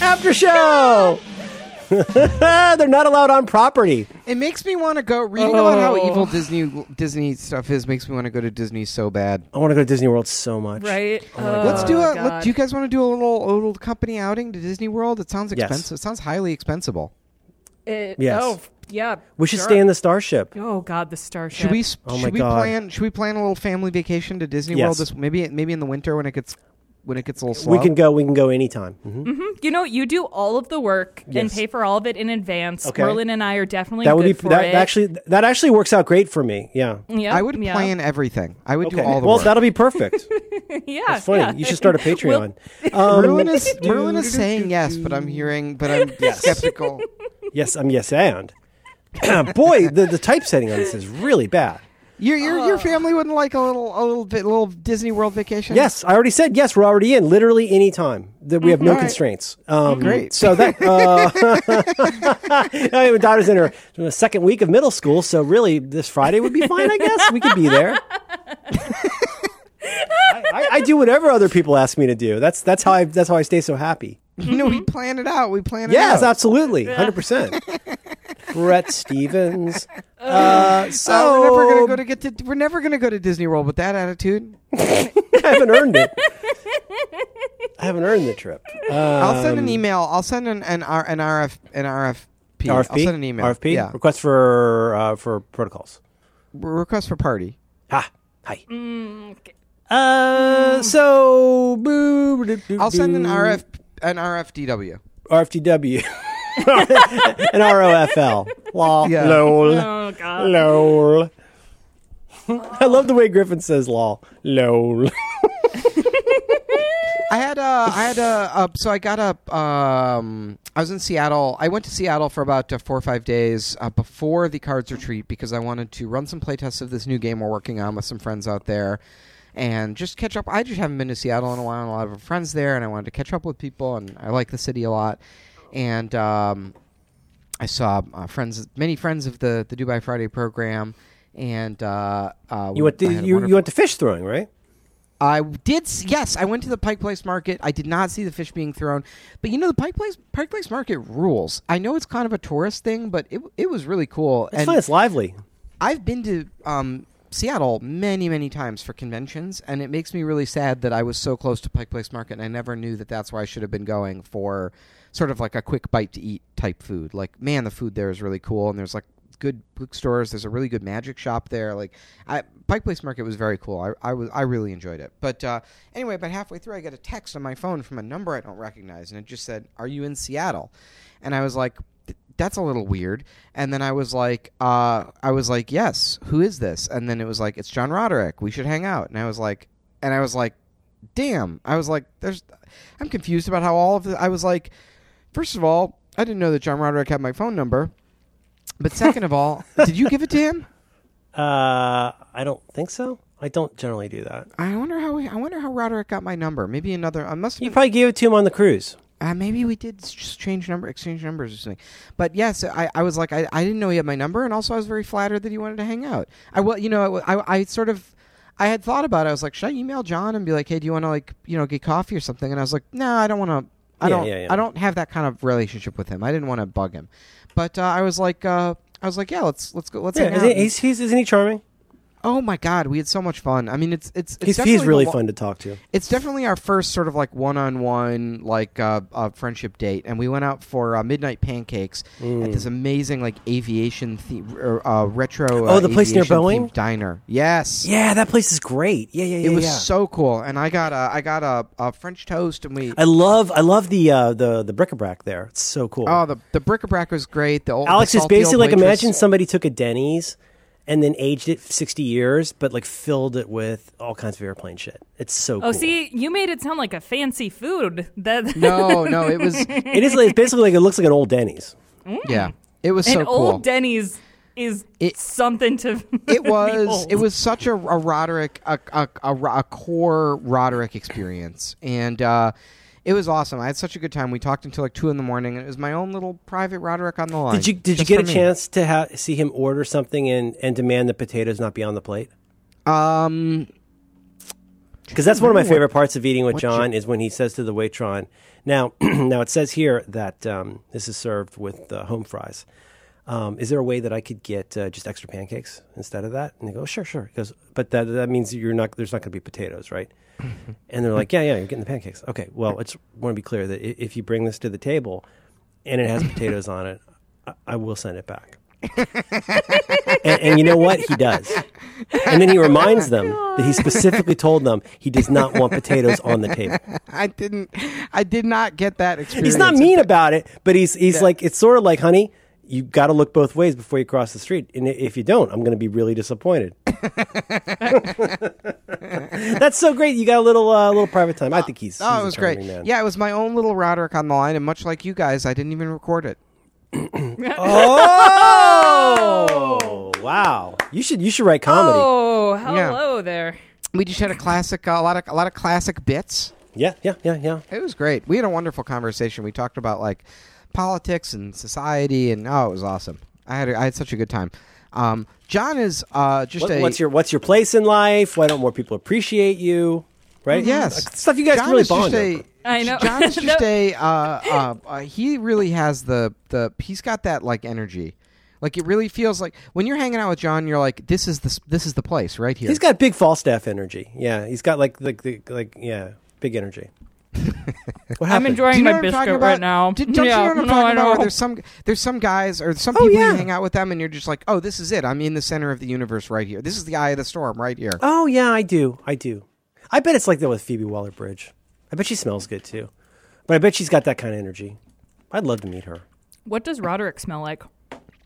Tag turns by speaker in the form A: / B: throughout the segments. A: after show. They're not allowed on property.
B: It makes me want to go reading about how
C: Oh.
B: evil Disney Disney stuff is. Makes me want to go to Disney so bad.
A: I want to go to Disney World so much.
C: right?
B: Let's
C: Oh,
B: do a.
C: God.
B: Let, do you guys want to do a little a little company outing to Disney World? It sounds
A: Yes.
B: expensive. It sounds highly expensible.
C: It-
A: Yes.
C: Oh, yeah.
A: We should
C: sure.
A: stay in the starship.
C: Oh God, the starship.
B: Should we? s-
A: Oh my
B: should we
A: God.
B: plan? Should we plan a little family vacation to Disney
A: Yes.
B: World? This maybe maybe in the winter when it gets when it gets a little slow.
A: We can go. We can go anytime.
B: Mm-hmm.
A: Mhm.
C: You know, you do all of the work and
A: Yes.
C: pay for all of it in advance.
A: Okay.
C: Merlin and I are definitely
A: That would
C: Mm-hmm.
A: be
C: good for
A: that
C: it.
A: actually that actually works out great for me. Yeah.
C: Yep,
B: I would
C: yeah.
B: plan everything. I would
A: Okay.
B: do all the
A: well,
B: work.
A: that'll be perfect.
C: Yeah,
A: That's funny.
C: yeah.
A: You should start a
C: Well,
A: Patreon. um,
B: Merlin is Merlin is saying yes, but I'm hearing, but I'm skeptical.
A: yes, I'm yes and. Boy, the the typesetting on this is really bad.
B: Your your your family wouldn't like a little a little bit little Disney World vacation.
A: Yes, I already said yes. We're already in literally any time that we have no
B: All Mm-hmm. right. Oh,
A: constraints. Um,
B: Great.
A: So that uh, I have a daughter's in her her second week of middle school, so really this Friday would be fine. I guess we could be there. I, I, I do whatever other people ask me to do. That's that's how I that's how I stay so happy.
B: you know we plan it out. We plan it
A: Yes,
B: out.
A: absolutely, hundred percent. Brett Stevens. Uh, so
B: Uh, we're never gonna go to get to. We're never gonna go to Disney World with that attitude.
A: I haven't earned it. I haven't earned the trip. Uh,
B: I'll send an email. I'll send an an, R, an RF an RFP.
A: RFP.
B: I'll send an email.
A: RFP.
B: Yeah.
A: Request for uh, for protocols.
B: Re- request for party.
A: Ha. Hi. Uh. So.
B: I'll send an RF an RFDW.
A: RFTW. An ROFL. Lol.
B: Yeah.
A: Lol.
C: Oh God.
A: Lol. I love the way Griffin says lol. Lol.
B: I had a I had a, uh so I got up. Um, I was in Seattle. I went to Seattle for about uh, four or five days uh, before the Cards Retreat because I wanted to run some playtests of this new game we're working on with some friends out there, and just catch up. I just haven't been to Seattle in a while, and a lot of our friends there, and I wanted to catch up with people, and I like the city a lot, and um, I saw uh, friends, many friends of the the Dubai Friday program, and uh, uh,
A: You went to
B: I had a
A: you,
B: wonderful-
A: you went to fish throwing, right?
B: I did. s- Yes, I went to the Pike Place Market. I did not see the fish being thrown, but you know the Pike Place Pike Place Market rules. I know it's kind of a tourist thing, but it it was really cool.
A: It's
B: and
A: fun. It's lively.
B: I've been to um, Seattle many many times for conventions, and it makes me really sad that I was so close to Pike Place Market, and I never knew that that's where I should have been going for sort of like a quick bite to eat type food. Like, man, the food there is really cool, and there's like good bookstores. There's a really good magic shop there. Like, I, Pike Place Market was very cool. I, I was I really enjoyed it. But uh, anyway, about halfway through, I got a text on my phone from a number I don't recognize, and it just said, "Are you in Seattle?" And I was like, "Th- "That's a little weird." And then I was like, uh, "I was like, yes. Who is this?" And then it was like, "It's John Roderick. We should hang out." And I was like, and I was like, "Damn!" I was like, "There's," I'm confused about how all of the. I was like, first of all, I didn't know that John Roderick had my phone number. But second of all, did you give it to him?
A: Uh, I don't think so. I don't generally do that.
B: I wonder how I wonder how Roderick got my number. Maybe another. I must.
A: You
B: Have,
A: probably gave it to him on the cruise.
B: uh, maybe we did s- just change number, exchange numbers or something. But yes, I, I was like I, I didn't know he had my number, and also I was very flattered that he wanted to hang out. I well, you know, I, I, I sort of I had thought about. it. I was like, should I email John and be like, hey, do you want to like you know get coffee or something? And I was like, no, I don't want to. I
A: Yeah,
B: don't.
A: yeah, yeah.
B: I don't have that kind of relationship with him. I didn't want to bug him, but uh, I was like, uh, I was like, yeah, let's let's go. Let's
A: Yeah,
B: hang out.
A: isn't,
B: And-
A: he's, he's, isn't he charming?
B: Oh my god, we had so much fun. I mean, it's it's, it's
A: He's,
B: definitely
A: he's
B: the
A: really
B: lo-
A: fun to talk to.
B: It's definitely our first sort of like one-on-one like uh, uh, friendship date, and we went out for uh, midnight pancakes
A: Mm.
B: at this amazing like aviation the- or, uh, retro.
A: Oh,
B: uh,
A: the place near
B: aviation-themed
A: Boeing?
B: diner. Yes.
A: Yeah, that place is great. Yeah, yeah, yeah.
B: It was
A: yeah.
B: so cool, and I got a I got a, a French toast, and we
A: I love I love the uh, the the bric-a-brac there. It's so cool.
B: oh the the bric-a-brac was great. The old
A: Alex
B: the
A: is
B: salty
A: basically
B: old
A: like
B: waitress.
A: imagine somebody took a Denny's and then aged it 60 years but like filled it with all kinds of airplane shit. It's so
C: Oh,
A: cool.
C: see, you made it sound like a fancy food. That
B: No, no, it was
A: It is like, it's basically like it looks like an old Denny's.
B: yeah, it was so
C: an
B: cool.
C: old Denny's is
B: It-
C: something to.
B: it was
C: behold.
B: it was such a, a Roderick a, a, a, Ro- a core Roderick experience, and uh, it was awesome. I had such a good time. We talked until like two in the morning, and it was my own little private Roderick on the line.
A: Did you did you
B: just
A: get
B: for
A: a
B: me.
A: chance to ha- see him order something and and demand the potatoes not be on the plate?
B: Um,
A: Because that's one of my
B: Remember what-
A: favorite parts of eating with
B: what
A: John is when he says to the waitron, "Now, now it says here that um, this is served with uh, home fries. Um, is there a way that I could get uh, just extra pancakes instead of that?" And they go, "Sure, sure." He goes, "But that that means you're not there's not going to be potatoes, right?" and they're like, "Yeah, yeah, you're getting the pancakes." Okay, well, I just want to be clear that i- if you bring this to the table and it has potatoes on it, I, I will send it back. and, and you know what he does and then he reminds them that he specifically told them he does not want potatoes on the table
B: I didn't. I did not get that experience.
A: he's not mean about it but he's he's like it's sort of like honey you got to look both ways before you cross the street and i- if you don't i'm going to be really disappointed that's so great you got a little uh, little private time i think he's
B: Oh,
A: he's
B: it
A: a
B: was great.
A: charming man.
B: Yeah, it was my own little Roderick on the line, and much like you guys, I didn't even record it.
A: oh wow you should you should write comedy
C: Oh, hello there.
B: We just had a classic, uh, a lot of a lot of classic bits.
A: yeah yeah yeah yeah
B: It was great. We had a wonderful conversation. We talked about like politics and society, and oh, it was awesome. I had a, I had such a good time. Um, John is uh, just
A: What-
B: a
A: what's your what's your place in life? Why don't more people appreciate you? Right?
B: Yes.
A: stuff you guys
B: John
A: can really
B: is just
A: bond.
B: a-
A: over.
C: I know.
B: John is
C: No.
B: just a. Uh, uh, uh, he really has the the. He's got that like energy. Like it really feels like when you're hanging out with John, you're like, this is the s- this is the place right here.
A: He's got big Falstaff energy. Yeah, he's got like the, the like yeah, big energy. what
C: I'm
A: happened?
C: enjoying
B: Do you know what
C: my
B: I'm
C: biscuit
B: talking about?
C: right now.
B: Did, don't
C: yeah,
B: you know what I'm
C: no,
B: talking
C: I
B: about?
C: know.
B: Where there's some there's some guys or some
A: Oh,
B: people
A: yeah.
B: you hang out with them and you're just like, oh, this is it. I'm in the center of the universe right here. This is the eye of the storm right here.
A: Oh yeah, I do. I do. I bet it's like that with Phoebe Waller Bridge. I bet she smells good too. But I bet she's got that kind of energy. I'd love to meet her.
C: What does Roderick smell like?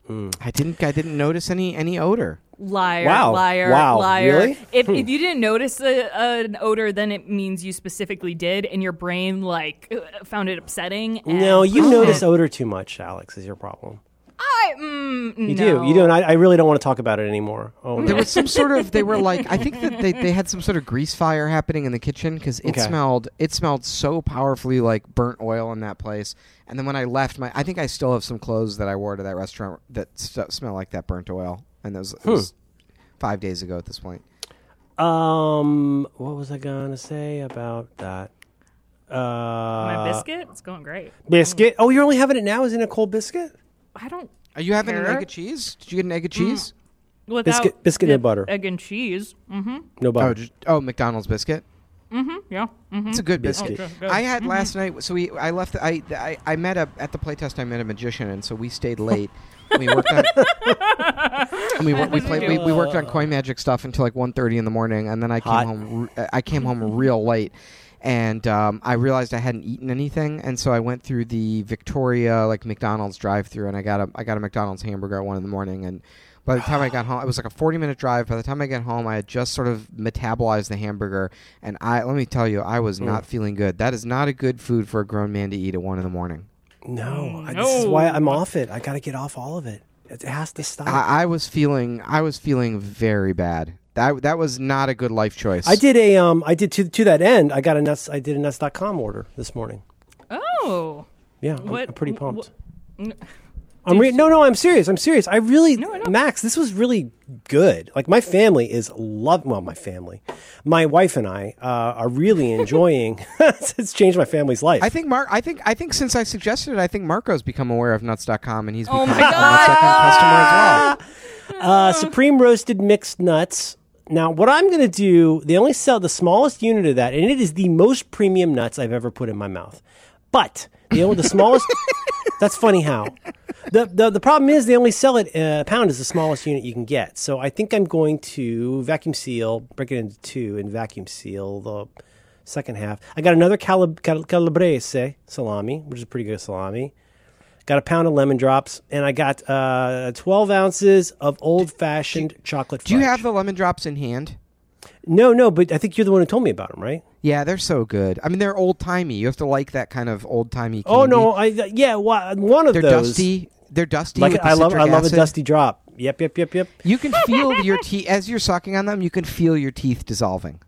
B: I didn't I didn't notice any any odor.
C: Liar,
A: Wow.
C: liar,
A: Wow.
C: liar.
A: Really? Hmm.
C: If, if you didn't notice a, an odor, then it means you specifically did, and your brain like uh, found it upsetting. And
A: No, you
C: pushed
A: notice
C: it.
A: odor too much, Alex, is your problem.
C: I mm,
A: You do. You do. And I, I really don't want to talk about it anymore. Oh,
B: There
A: no.
B: was some sort of they were like I think that they, they had some sort of grease fire happening in the kitchen because it
A: Okay.
B: smelled it smelled so powerfully like burnt oil in that place. And then when I left, my I think I still have some clothes that I wore to that restaurant that st- smell like that burnt oil. And those it was five days ago at this point.
A: Um, what was I gonna say about that? Uh, my
C: my biscuit. It's going great.
A: Biscuit. Oh, you're only having it now? Is it a cold biscuit?
C: I don't
B: Are you having an
C: Sure.
B: egg and cheese? Did you get an egg and cheese?
C: without
A: Biscuit- biscuit
C: the
A: and butter.
C: egg and cheese. Mm-hmm.
A: No
B: Oh,
A: bother.
B: just, oh, McDonald's biscuit.
C: Yeah. Mm-hmm.
B: It's a good biscuit.
A: Biscuit.
C: Okay, good.
B: I had last night. So we, I left. I, I, I met a at the playtest. I met a magician, and so we stayed late. we worked on. and we, wor- we played. We, we worked on coin magic stuff until like 1.30 in the morning, and then I came
A: Hot.
B: home. r- uh, I came home real late, and um, I realized I hadn't eaten anything, and so I went through the Victoria like McDonald's drive-through, and I got a I got a McDonald's hamburger at one in the morning, and. By the time I got home, it was like a 40 minute drive. By the time I got home, I had just sort of metabolized the hamburger. And I, let me tell you, I was not feeling good. That is not a good food for a grown man to eat at one in the morning.
A: no,
C: Oh,
A: I, this is why I'm off it. I gotta get off all of it. It has to stop. I,
B: I, I was feeling, I was feeling very bad. That, that was not a good life choice.
A: did a um. I did to to that end. I got a nuts. I did a nuts.com order this morning.
C: Oh.
A: Yeah, I'm-
C: What-
A: I'm, pretty
C: wh-
A: pumped.
C: wh- n-
A: I'm re- no, no. I'm serious. I'm serious. I really,
C: No, I know.
A: Max. This was really good. Like my family is love. Well, my family, my wife and I uh, are really enjoying. it's changed my family's life.
B: I think Mark. I think I think since I suggested it, I think Marco's become aware of Nuts.com and he's
C: Oh
B: become
C: my
B: a Nuts.com customer as well.
A: Uh, Supreme roasted mixed nuts. Now, what I'm going to do, they only sell the smallest unit of that, and it is the most premium nuts I've ever put in my mouth. But they only the smallest. that's funny how. The, the the problem is they only sell it uh, a pound is the smallest unit you can get. So I think I'm going to vacuum seal, break it into two, and vacuum seal the second half. I got another calab- cal- calabrese eh, salami, which is a pretty good salami got a pound of lemon drops, and I got uh, 12 ounces of old fashioned chocolate
B: Do you
A: fudge.
B: have the lemon drops in hand?
A: No, no, but I think you're the one who told me about them, right?
B: Yeah, they're so good. I mean, they're old timey. You have to like that kind of old timey.
A: Oh, no. I Yeah, wha- one of
B: they're
A: those.
B: dusty. They're dusty.
A: Like,
B: with the
A: I, love, I
B: citric
A: love a
B: acid.
A: dusty drop. Yep, yep, yep, yep.
B: You can feel your teeth as you're sucking on them. You can feel your teeth dissolving.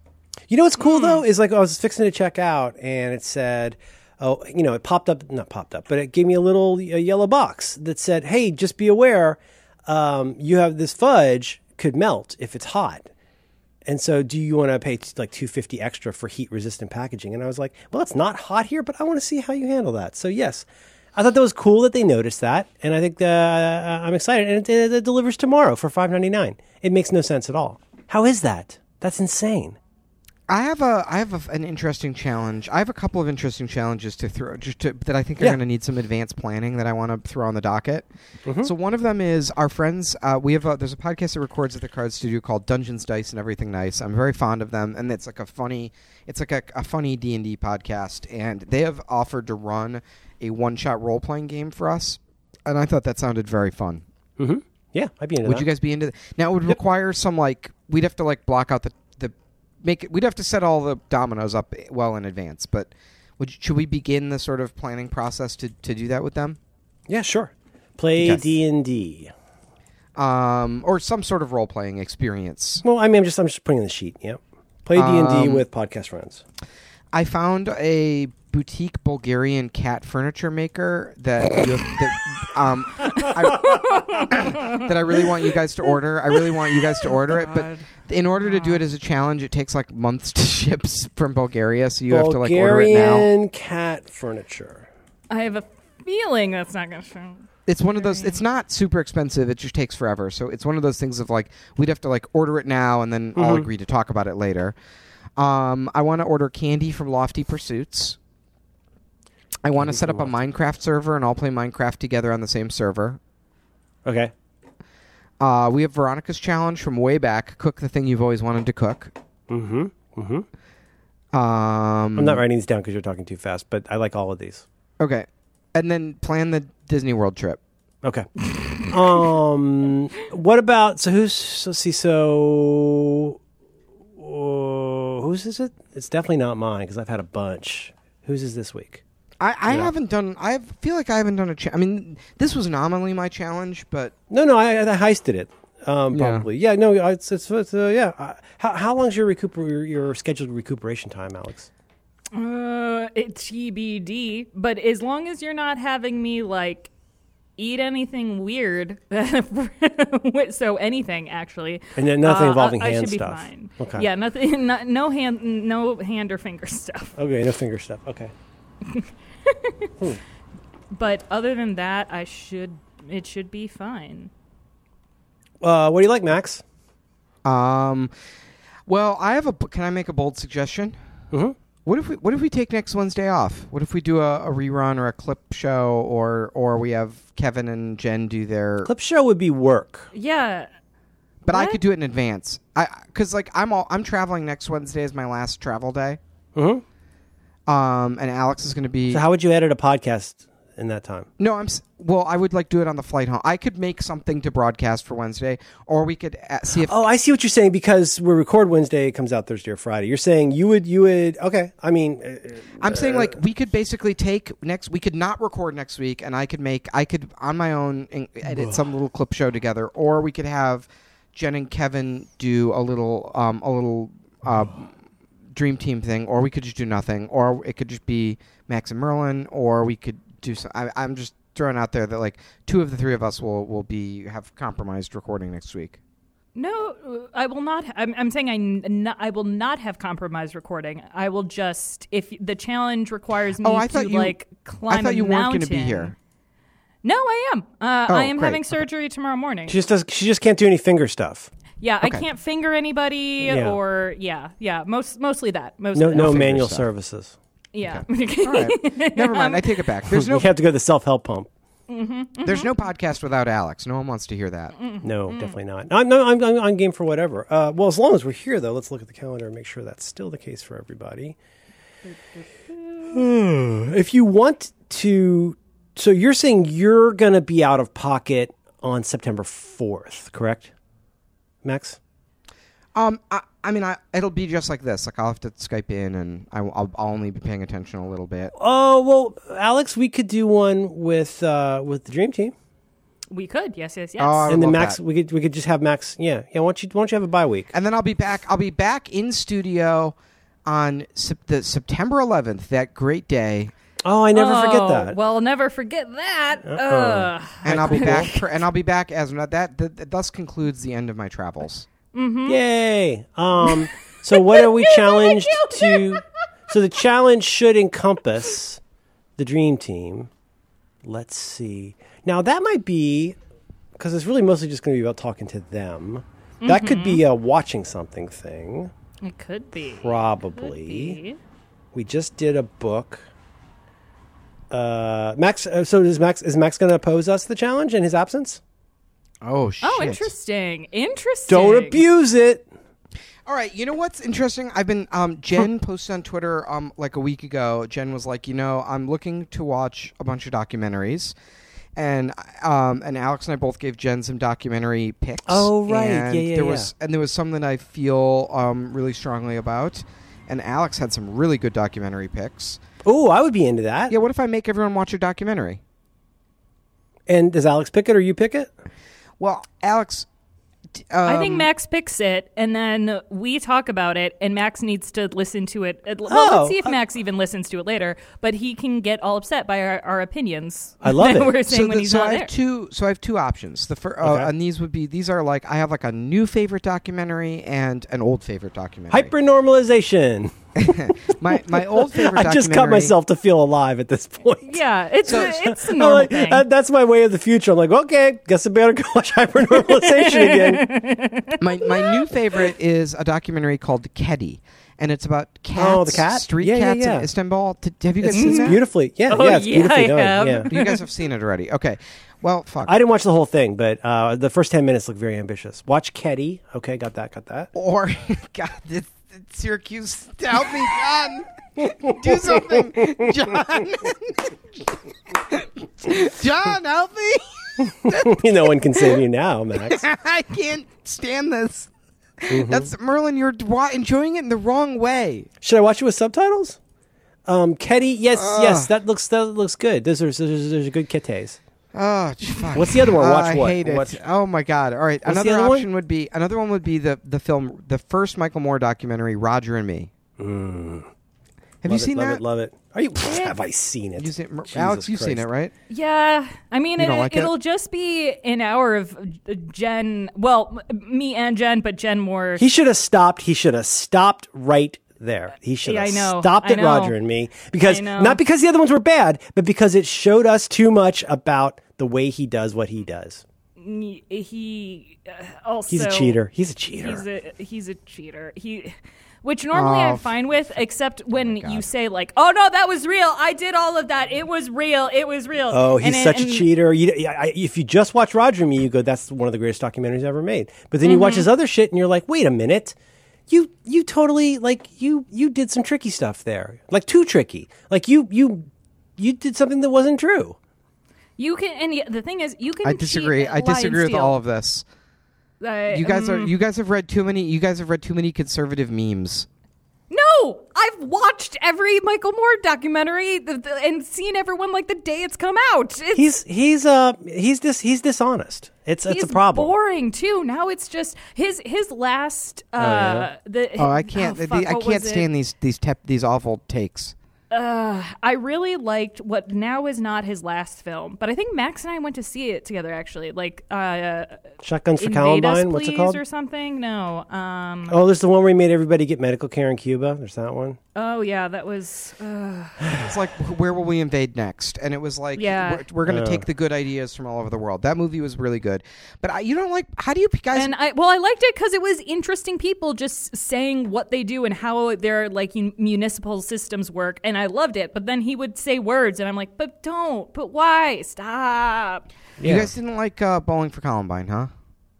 A: You know what's cool though is like I was fixing to check out and it said, oh, you know, it popped up, not popped up, but it gave me a little uh yellow box that said, hey, just be aware, um, you have this fudge could melt if it's hot. And so, do you want to pay t- like two fifty extra for heat resistant packaging? And I was like, well, it's not hot here, but I want to see how you handle that. So yes, I thought that was cool that they noticed that, and I think uh, I'm excited. And it, it delivers tomorrow for five ninety nine. It makes no sense at all. How is that? That's insane.
B: I have a I have a, an interesting challenge. I have a couple of interesting challenges to throw just to, that I think are
A: Yeah.
B: going to need some advanced planning that I want to throw on the docket. So one of them is our friends. Uh, we have a, there's a podcast that records at the Card Studio called Dungeons, Dice, and Everything Nice. I'm very fond of them, and it's like a funny it's like a, a funny D and D podcast, and they have offered to run a one shot role playing game for us, and I thought that sounded very fun.
A: Yeah, I'd be into
B: Would
A: that.
B: you guys be into that? Now it would require some like we'd have to like block out the the make it. We'd have to set all the dominoes up well in advance. But would you- should we begin the sort of planning process to to do that with them,
A: yeah, sure. Play
B: Okay.
A: D and D.
B: um, or some sort of role playing experience?
A: Well, I mean, I'm just I'm just putting in the sheet. Yeah, play D and
B: Um,
A: D with podcast friends.
B: I found a boutique Bulgarian cat furniture maker that you that, um, I, that I really want you guys to order. I really want you guys to order it, but in order to do it as a challenge, it takes like months to ship s- from Bulgaria, so you have to like order it now.
A: Bulgarian cat furniture.
C: I have a feeling that's not going to sound.
B: It's one of those. It's not super expensive. It just takes forever, so it's one of those things of like we'd have to like order it now and then
A: Mm-hmm.
B: all agree to talk about it later. Um, I want to order candy from Lofty Pursuits. I want to set up a Minecraft server and all play Minecraft together on the same server.
A: Okay.
B: Uh, we have Veronica's challenge from way back. Cook the thing you've always wanted to cook.
A: Mm-hmm. Mm-hmm.
B: Um,
A: I'm not writing these down because you're talking too fast, but I like all of these.
B: Okay, and then plan the Disney World trip.
A: Okay. um, what about so who's so see so uh, whose is it? It's definitely not mine because I've had a bunch. Whose is this week?
B: I, I haven't done. I feel like I haven't done a. Cha- I mean, this was nominally my challenge, but
A: No, no, I, I heisted it. Um,
B: Yeah.
A: probably. Yeah. no, I- it's it's, it's uh, yeah. Uh, how how long's your recuper your, your scheduled recuperation time, Alex?
C: Uh, it's TBD. But as long as you're not having me like eat anything weird, so anything actually,
A: And then nothing
C: uh,
A: involving
C: I, I
A: hand
C: should
A: stuff.
C: Be fine.
A: Okay.
C: Yeah, nothing. No, no hand, no hand or finger stuff.
A: Okay. No finger stuff. Okay.
C: But other than that, I should. It should be fine.
A: Uh, what do you like, Max?
B: um, well, I have a. Can I make a bold suggestion?
A: Mm-hmm.
B: What if we What if we take next Wednesday off? What if we do a, a rerun or a clip show, or or we have Kevin and Jen do their.
A: Clip show would be work.
C: Yeah.
B: but I
C: What?
B: could do it in advance. I because like I'm all I'm traveling next Wednesday is my last travel day.
A: Mm-hmm.
B: Um, and Alex is going to be.
A: So how would you edit a podcast in that time?
B: No, I'm s- well. I would like do it on the flight home. I could make something to broadcast for Wednesday, or we could uh, see if
A: Oh, I see what you're saying because we record Wednesday, it comes out Thursday or Friday. You're saying you would, you would, okay. I mean, uh,
B: I'm saying like we could basically take next. We could not record next week, and I could make I could on my own in- edit some little clip show together, or we could have Jen and Kevin do a little um, a little uh, dream team thing, or we could just do nothing, or it could just be Max and Merlin, or we could do some. I, I'm just throwing out there that like two of the three of us will will be have compromised recording next week.
C: No, I will not. I'm, I'm saying I, n- I will not have compromised recording. I will just if the challenge requires me
B: Oh, I
C: to
B: thought you-
C: like climb.
B: I thought
C: a
B: you weren't
C: mountain.
B: going to be here.
C: No, I am. Uh,
B: Oh,
C: I am
B: great.
C: having
B: Okay.
C: surgery tomorrow morning.
A: she just does, she just can't do any finger stuff.
C: yeah,
B: Okay.
C: I can't finger anybody
A: Yeah.
C: or yeah, yeah. Most mostly that. Most
A: No,
C: of
A: no
C: that.
A: manual
B: stuff.
A: services.
C: Yeah.
B: All right. Never mind. I take it back. There's no
A: you have to go to the self help pump.
B: there's no podcast without Alex. No one wants to hear that.
A: No, definitely not. I'm, no, I'm, I'm, I'm game for whatever. Uh, well, as long as we're here, though, let's look at the calendar and make sure that's still the case for everybody. if you want to, so you're saying you're going to be out of pocket on September 4th, correct, Max?
B: Um, I, I mean, I, it'll be just like this. Like I'll have to Skype in, and I, will I'll only be paying attention a little bit.
A: Oh well, Alex, we could do one with uh, with the dream team,
C: we could. Yes, yes, yes.
B: Oh, I would
A: and then
B: love
A: Max.
B: that.
A: We could we could just have Max. Yeah, yeah. Why don't you why don't you have a bye week?
B: And then I'll be back. I'll be back in studio on sep- the September 11th, that great day.
A: Oh, I never forget
C: Oh,
A: that. Uh-uh.
C: Well, never forget that. Ugh.
B: And I'll be back. For, and I'll be back as that. Th- th- thus concludes the end of my travels.
A: Yay! Um, so what are we challenged to? So the challenge should encompass the dream team. Let's see. Now that might be because it's really mostly just going to be about talking to them. That could be a watching something thing,
C: It could be.
A: probably.
C: Be.
A: We just did a book. Uh, Max. Uh, so does Max? Is Max going to oppose us the challenge in his absence?
B: Oh shit.
C: Oh, interesting. Interesting.
A: Don't abuse it.
B: All right, you know what's interesting? I've been um, Jen posted on Twitter um, like a week ago. Jen was like, you know, I'm looking to watch a bunch of documentaries, and um, and Alex and I both gave Jen some documentary picks.
A: Oh, right.
B: and
A: Yeah, yeah,
B: There
A: yeah.
B: was and there was some that I feel um, really strongly about, and Alex had some really good documentary picks.
A: Oh, I would be into that.
B: Yeah, what if I make everyone watch a documentary?
A: And does Alex pick it or you pick it?
B: Well, Alex, d-
C: I
B: um,
C: think Max picks it, and then we talk about it, and Max needs to listen to it. Well,
A: Oh,
C: let's see if
A: uh,
C: Max even listens to it later, but he can get all upset by our, our opinions.
A: I love
C: that
A: it.
C: We're saying
B: so,
C: when
B: the-
C: he's
B: so
C: not
B: I have
C: there.
B: two. So I have two options. The first, uh,
A: Okay.
B: and these would be these are like I have like a new favorite documentary and an old favorite documentary.
A: Hypernormalization.
B: my my old favorite.
A: I just cut
B: documentary-
A: myself to feel alive at this point.
C: yeah, it's
B: So-
C: a, it's a
A: I'm
C: normal
A: like,
C: thing.
A: that- that's my way of the future. I'm like, okay, guess I better go watch hypernormalization again.
B: My my new favorite is a documentary called Keddy, and it's about cats,
A: Oh, the cat?
B: street
A: Yeah, yeah,
B: cats
A: yeah.
B: in Istanbul. T- have you guys
A: It's,
B: seen
A: it's
B: that?
A: beautifully, yeah,
C: Oh,
A: yeah, it's
C: yeah,
A: beautifully
C: I
A: done.
C: have.
A: Yeah.
B: You guys have seen it already. Okay. Well, fuck.
A: I didn't watch the whole thing, but uh, the first ten minutes look very ambitious. Watch Keddy. Okay, got that, got that.
B: or God, this, Syracuse, help me, John. Do something, John. John, help me.
A: no one can save you now, Max.
B: I can't stand this.
A: Mm-hmm.
B: That's Merlin. You're wa- enjoying it in the wrong way.
A: Should I watch it with subtitles? Um, Keddy. Yes, yes, that looks that looks good. Those are those are, those are good kites.
B: Oh, j- fuck.
A: What's the other one?
B: Uh,
A: Watch
B: I
A: what?
B: hate it.
A: Watch-
B: Oh my god. All right.
A: the
B: another
A: other one?
B: option would be another one would be the the film, the first Michael Moore documentary, Roger and Me. Have
A: Love
B: you
A: Mm. it,
B: seen
A: love
B: that?
A: it, love it. Are you? Have I seen it?
B: You seen- Mer-
A: Jesus
B: Alex, you've seen
A: Christ.
B: it, right?
C: Yeah, I mean,
B: You
C: it,
B: don't like it?
C: will just be an hour of uh, Jen. Well, m- me and Jen, but Jen more.
A: He should have stopped. He should have stopped right there. He should
C: Yeah,
A: have
C: I know.
A: stopped
C: I
A: at Roger
C: know.
A: and me because
C: I know.
A: not because the other ones were bad, but because it showed us too much about the way he does what he does.
C: he, he uh, also
A: He's a cheater. He's a cheater.
C: He's a he's a cheater. He. Which normally
B: Oh,
C: I'm fine with, except when you say like, "Oh no, that was real. I did all of that. It was real. It was real."
A: Oh, he's
C: And-
A: such
C: and-
A: a cheater. You, I, I- if you just watch Roger and me, you go, that's one of the greatest documentaries ever made. But then you
C: Mm-hmm.
A: watch his other shit and you're like, wait a minute. You you totally like you you did some tricky stuff there. Like too tricky. Like you you you did something that wasn't true.
C: You can, and yet- the thing is, you can.
B: I disagree.
C: Cheat, Uh,
B: I disagree with all of this.
C: that.
B: You guys
C: Mm-hmm.
B: are you guys have read too many. You guys have read too many conservative memes.
C: No, I've watched every Michael Moore documentary th- th- and seen everyone like the day it's come out. It's,
A: He's he's uh he's this he's dishonest. It's it's a
C: he's
A: problem.
C: Boring too. Now it's just his his last. Uh,
A: Oh, yeah?
C: the,
B: Oh, I can't.
C: oh, fuck,
B: I
C: what
B: can't
C: was it?
B: stand these these tep- these awful takes.
C: I really liked what now is not his last film, but I think Max and I went to see it together. Actually, like uh,
A: Shotguns for
C: Invade Us,
A: Columbine.
C: Please
A: What's it called?
C: or something? No. Um.
A: Oh, there's the one where he made everybody get medical care in Cuba. There's that one.
C: Oh yeah, that was. Uh,
B: It's like, wh- where will we invade next? And it was like,
C: Yeah.
B: we're, we're going to take the good ideas from all over the world. That movie was really good, but I, you don't like. How do you guys?
C: and I well, I liked it because it was interesting people just saying what they do and how their like un- municipal systems work, and I loved it. But then he would say words, and I'm like, but don't, but why? Stop.
B: You guys didn't like uh, Bowling for Columbine, huh?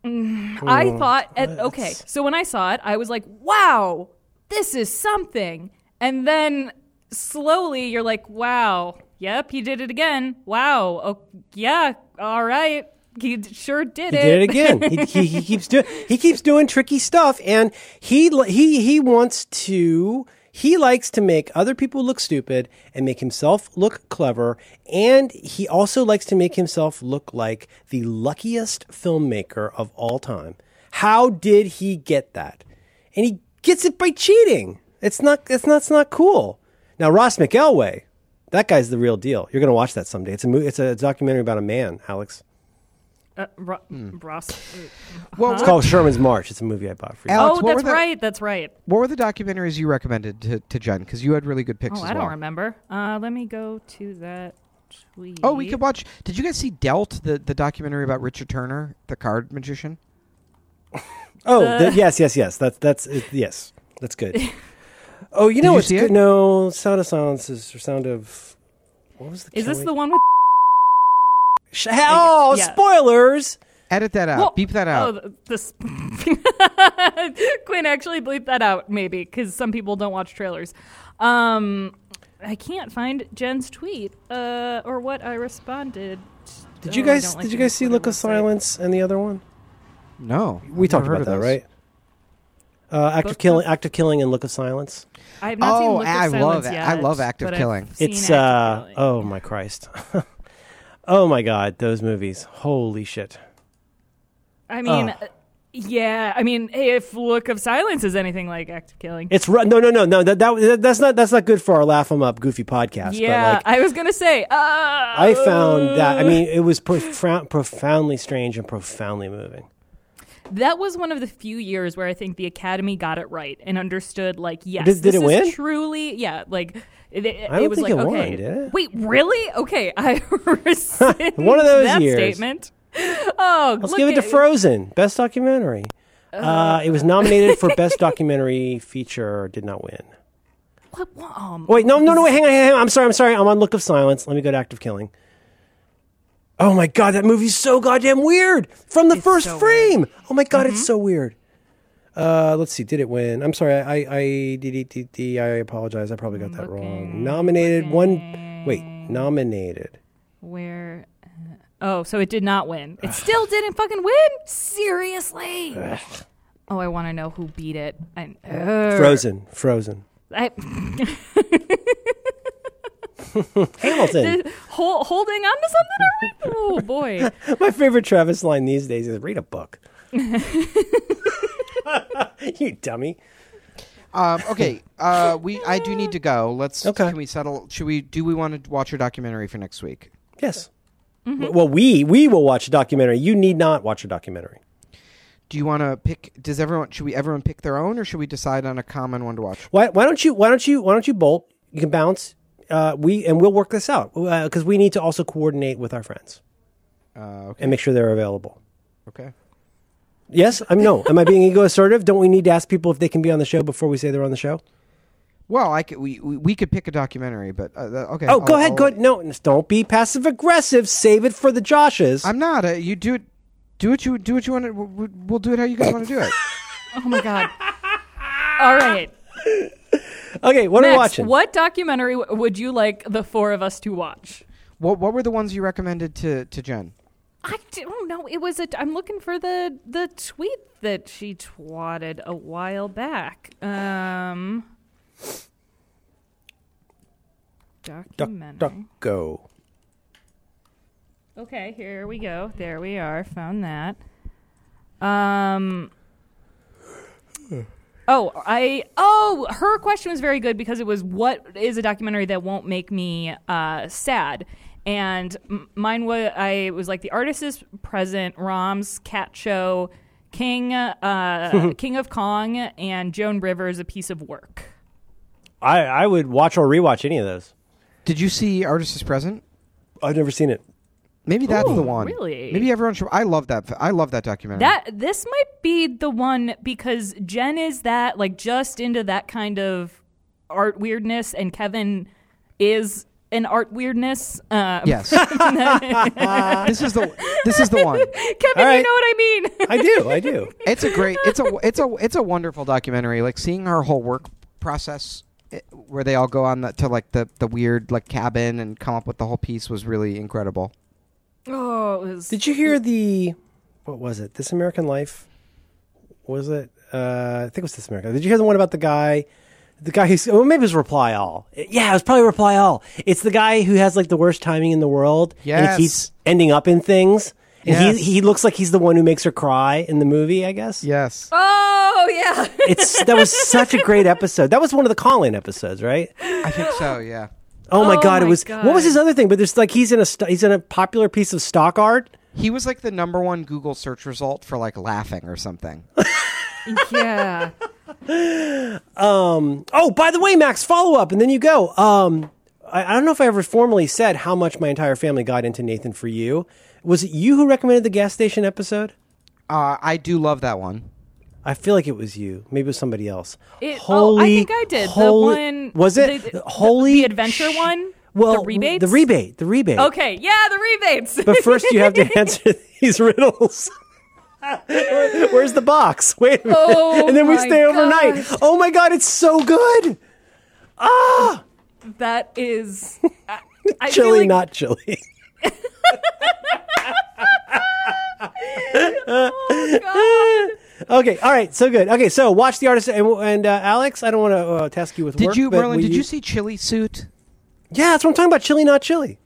C: I thought, at, okay, so when I saw it, I was like, wow, this is something. And then slowly you're like, wow, yep, he did it again. Wow, oh, yeah, all right. He d- sure did
A: He
C: it.
A: did it again. he, he, he keeps doing he keeps doing tricky stuff, and he li- he he wants to he likes to make other people look stupid and make himself look clever, and he also likes to make himself look like the luckiest filmmaker of all time. How did he get that? And he gets it by cheating. It's not it's not it's not cool. Now Ross McElway, that guy's the real deal. You're gonna watch that someday. It's a movie. It's a documentary about a man, Alex.
C: Uh, Ro- Ross. Uh-huh.
B: Well,
A: It's called Sherman's March. It's a movie I bought for you.
B: Alex,
C: oh,
B: what were
C: that's
B: the-
C: right. That's right.
B: What were the documentaries you recommended to, to Jen? Because you had really good picks
C: Oh,
B: as
C: I don't
B: well.
C: remember. Uh, let me go to that tweet.
B: Oh, we could watch. Did you guys see Delt, the, the documentary about Richard Turner, the card magician?
A: Oh,
C: the-
A: th- yes, yes, yes. That's that's it, yes. That's good. Oh, you know
B: you
A: what's
B: see
A: good?
B: it?
A: No, Sound of Silence is or Sound of. What was the?
C: Is this the
A: Kelly-
C: one with?
A: Sh- oh,
C: yeah.
A: spoilers!
B: Edit that out.
C: Well-
B: Beep that
C: Oh,
B: out.
C: th- this. Quinn actually bleep that out, maybe, because some people don't watch trailers. Um, I can't find Jen's tweet uh, or what I responded.
A: Did
C: Oh,
A: you
C: I
A: guys?
C: don't like
A: did you
C: to
A: guys see
C: use
A: Look
C: Twitter
A: of
C: website.
A: Silence and the other one?
B: no.
A: We
B: I've
A: talked
B: never heard
A: about
B: of
A: that,
B: those.
A: right? Uh, act of
C: Both
A: killing, act of killing, and Look of Silence.
C: I have not seen
B: Oh,
C: Look of
B: I love
C: Silence
B: it.
C: yet,
B: I love Active
C: but I've
B: Killing.
C: seen
A: It's
C: Active
A: uh
C: Killing.
A: oh my Christ, oh my God, those movies! Holy shit!
C: I mean,
A: Oh.
C: uh, yeah. I mean, if Look of Silence is anything like Active Killing,
A: It's ru- no, no, no, no. That, that that's not that's not good for our laugh 'em up goofy podcast.
C: yeah.
A: but like,
C: I was gonna say. Uh, I
A: I found that. I mean, it was profound, profoundly strange and profoundly moving.
C: that was one of the few years where I think the Academy got it right and understood. Like, yes,
A: Did- did
C: this
A: it
C: is
A: win?
C: Truly, yeah. Like, it, it,
A: I don't
C: it was
A: think
C: like
A: it won,
C: okay.
A: did it?
C: Wait, really? Okay, I rescind
A: One of those
C: that
A: years.
C: statement. Oh,
A: Let's
C: look
A: give it to
C: at,
A: Frozen, best documentary. Uh, it was nominated for best documentary feature, did not win.
C: What, um,
A: Wait, no, no, no, wait, hang on, hang on. I'm sorry, I'm sorry. I'm on Look of Silence. Let me go to Active Killing. Oh my god, that movie's so goddamn weird from the first
C: so
A: frame. Oh my god, it's so weird. Uh, let's see, did it win? I'm sorry, I, I, I, did, did, did, did, I apologize. I probably got that wrong. Nominated one. Wait, nominated.
C: where? Uh, oh, so it did not win. It still didn't fucking win. Seriously. Oh, I want to know who beat it. I'm, Ugh.
A: Frozen, Frozen.
C: I,
A: Hamilton.
C: hol- holding on to something? Are we? Oh boy.
A: My favorite Travis line these days is read a book. you dummy.
B: Um, okay. Uh, we. I do need to go. Let's.
A: Okay.
B: Can we settle? Should we? Do we want to watch your documentary for next week?
A: Yes. W- Well, we we will watch a documentary. You need not watch a documentary.
B: Do you want to pick? Does everyone? Should we everyone pick their own, or should we decide on a common one to watch?
A: Why why don't you why don't you why don't you bolt? You can bounce. Uh, we and we'll work this out because we need to also coordinate with our friends
B: Uh, okay.
A: and make sure they're available.
B: Okay.
A: Yes, I'm no. Am I being ego assertive? Don't we need to ask people if they can be on the show before we say they're on the show?
B: Well, I could. We we, we could pick a documentary, but uh, uh, okay.
A: Oh, go
B: I'll-
A: ahead.
B: I'll-
A: go ahead. No, don't be passive aggressive. Save it for the Joshes.
B: I'm not. Uh, you do it. Do what you do. What you want to. We'll, we'll do it how you guys want to do it.
C: Oh my god. All right.
A: okay, what are we
C: Max,
A: watching?
C: What documentary w- would you like the four of us to watch?
B: what What were the ones you recommended to to Jen?
C: I don't know. It was a. I'm looking for the the tweet that she twatted a while back. Um.
A: Duck,
C: Documentary.
A: duck, go.
C: Okay, here we go. There we are. Found that. Um Oh, I oh, her question was very good because it was what is a documentary that won't make me uh, sad. And m- mine was I was like the artist is present, Rom's cat show, King uh, King of Kong and Joan Rivers a piece of work.
A: I I would watch or rewatch any of those.
B: Did you see Artist is Present?
A: I've never seen it.
B: Maybe that's the
C: Ooh,
B: one.
C: really?
B: Maybe everyone should. I love that. I love that documentary.
C: That this might be the one because Jen is that like just into that kind of art weirdness, and Kevin is an art weirdness. Uh,
B: Yes. this is the this is the one.
C: Kevin,
A: All right.
C: you know what I mean.
A: I do. I do.
B: It's a great. It's a it's a it's a wonderful documentary. Like seeing her whole work process, eh, where they all go on the, to like the the weird like cabin and come up with the whole piece was really incredible.
C: oh, it was,
A: Did you hear the what was it? This American Life was it? Uh, I think it was This American. Did you hear the one about the guy? The guy who's well, maybe it was Reply All. Yeah, it was probably Reply All. It's the guy who has like the worst timing in the world, and
B: Yes.
A: he keeps ending up in things. And
B: Yes.
A: he he looks like he's the one who makes her cry in the movie. I guess.
B: Yes.
C: oh yeah.
A: It's that was such a great episode. That was one of the call-in episodes, right?
B: I think so. Yeah.
A: Oh my
C: Oh
A: god! it
C: my
A: was what was
C: God.
A: his other thing? But there's like he's in a st- he's in a popular piece of stock art.
B: He was like the number one Google search result for like laughing or something.
C: yeah.
A: Oh, by the way, Max, follow up, and then you go. Um, I, I don't know if I ever formally said how much my entire family got into Nathan for you. Was it you who recommended the gas station episode?
B: Uh, I do love that one.
A: I feel like it was you. Maybe it was somebody else.
C: It- oh, I think I did. The
A: holy-
C: one-
A: was it
C: the- the-
A: holy
C: the adventure
A: sh-
C: one?
A: Well,
C: The rebates?
A: the rebate, the rebate.
C: Okay. Yeah, the rebates.
A: But first, you have to answer these riddles. Where- Where's the box? Wait, a minute.
C: Oh
A: and then we
C: my
A: stay overnight.
C: gosh.
A: Oh my god, it's so good!
C: that is. I- I feel
A: Chili,
C: like-
A: not chili.
C: Oh,
A: okay, all right, so good. Okay, so watch the artist and, and uh, Alex. I don't want to uh, task you with
B: Did
A: work.
B: you,
A: but
B: Merlin?
A: will
B: Did you see Chili Suit?
A: Yeah, that's what I'm talking about. Chili, not chili.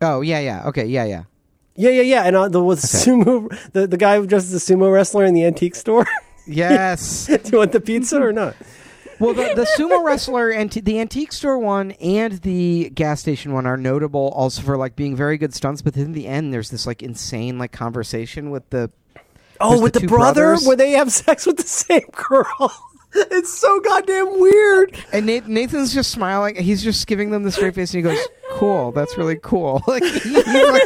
B: Oh yeah, yeah. Okay, yeah, yeah.
A: Yeah, yeah, yeah. And uh, the was sumo, the, the guy who dresses as a sumo wrestler in the antique store.
B: Yes.
A: Do you want the pizza or not?
B: well, the, the sumo wrestler and the antique store one and the gas station one are notable also for like being very good stunts. But in the end, there's this like insane like conversation with the
A: Oh,
B: There's
A: with
B: the
A: the,
B: two
A: brother
B: brothers.
A: where they have sex with the same girl. it's so goddamn weird.
B: and Nat- Nathan's just smiling. He's just giving them the straight face, and he goes, "Cool, that's really cool." Like, he- he's like-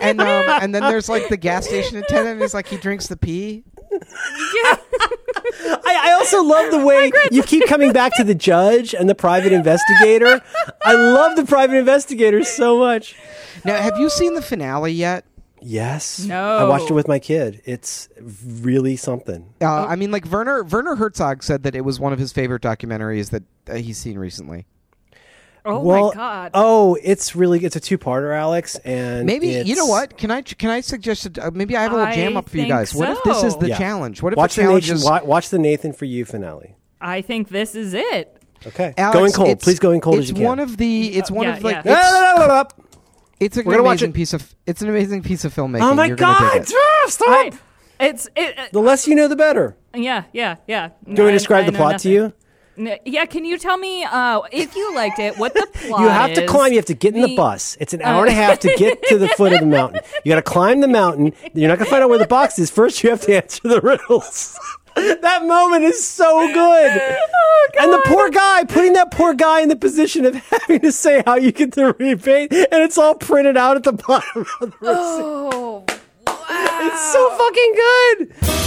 B: and um, and then there's like the gas station attendant. And he's like, he drinks the pee.
C: Yeah.
A: I, I also love the way you keep coming back to the judge and the private investigator. I love the private investigator so much.
B: Now, have you seen the finale yet?
A: Yes.
C: No.
A: I watched it with my kid. It's really something.
B: Uh, I mean, like Werner Werner Herzog said that it was one of his favorite documentaries that uh, he's seen recently.
C: Oh
A: well,
C: my god.
A: Oh, it's really it's a two-parter, Alex, and
B: Maybe
A: it's-
B: you know what? Can I can I suggest a, uh, maybe I have a little
C: I
B: jam up for you
C: think
B: guys? What if this is
C: so.
B: the
A: Yeah.
B: challenge? What if
A: watch
B: the
A: the
B: challenge
A: Nathan,
B: is
A: wa- watch the Nathan for you finale.
C: I think this is it.
A: Okay,
B: Alex,
A: going cold.
B: it's-
A: Please going cold
B: It's
A: as you can.
B: one of the. It's one
C: Oh, yeah,
B: of like.
C: yeah.
B: It's, Oh,
A: It's-
B: it's an
A: We're gonna watch
B: amazing
A: it.
B: piece of. It's an amazing piece of filmmaking.
A: oh my
B: You're gonna dig
A: god!
B: it.
A: Ah, Stop.
C: I- it's it,
A: The less you know, the better.
C: uh, yeah, yeah, yeah.
A: Do you want me to describe the plot to you?
C: Yeah, can you tell me uh, if you liked it, what the plot
A: You have to
C: is?
A: climb. You have to get in the,
C: The-
A: bus. It's an hour and a half to get to the foot of the mountain. You got to climb the mountain. You're not going to find out where the box is. First, you have to answer the riddles. that moment is so good.
C: Oh,
A: and the poor guy, putting that poor guy in the position of having to say how you get the rebate, and it's all printed out at the bottom of the receipt.
C: Oh,
A: It's so fucking good.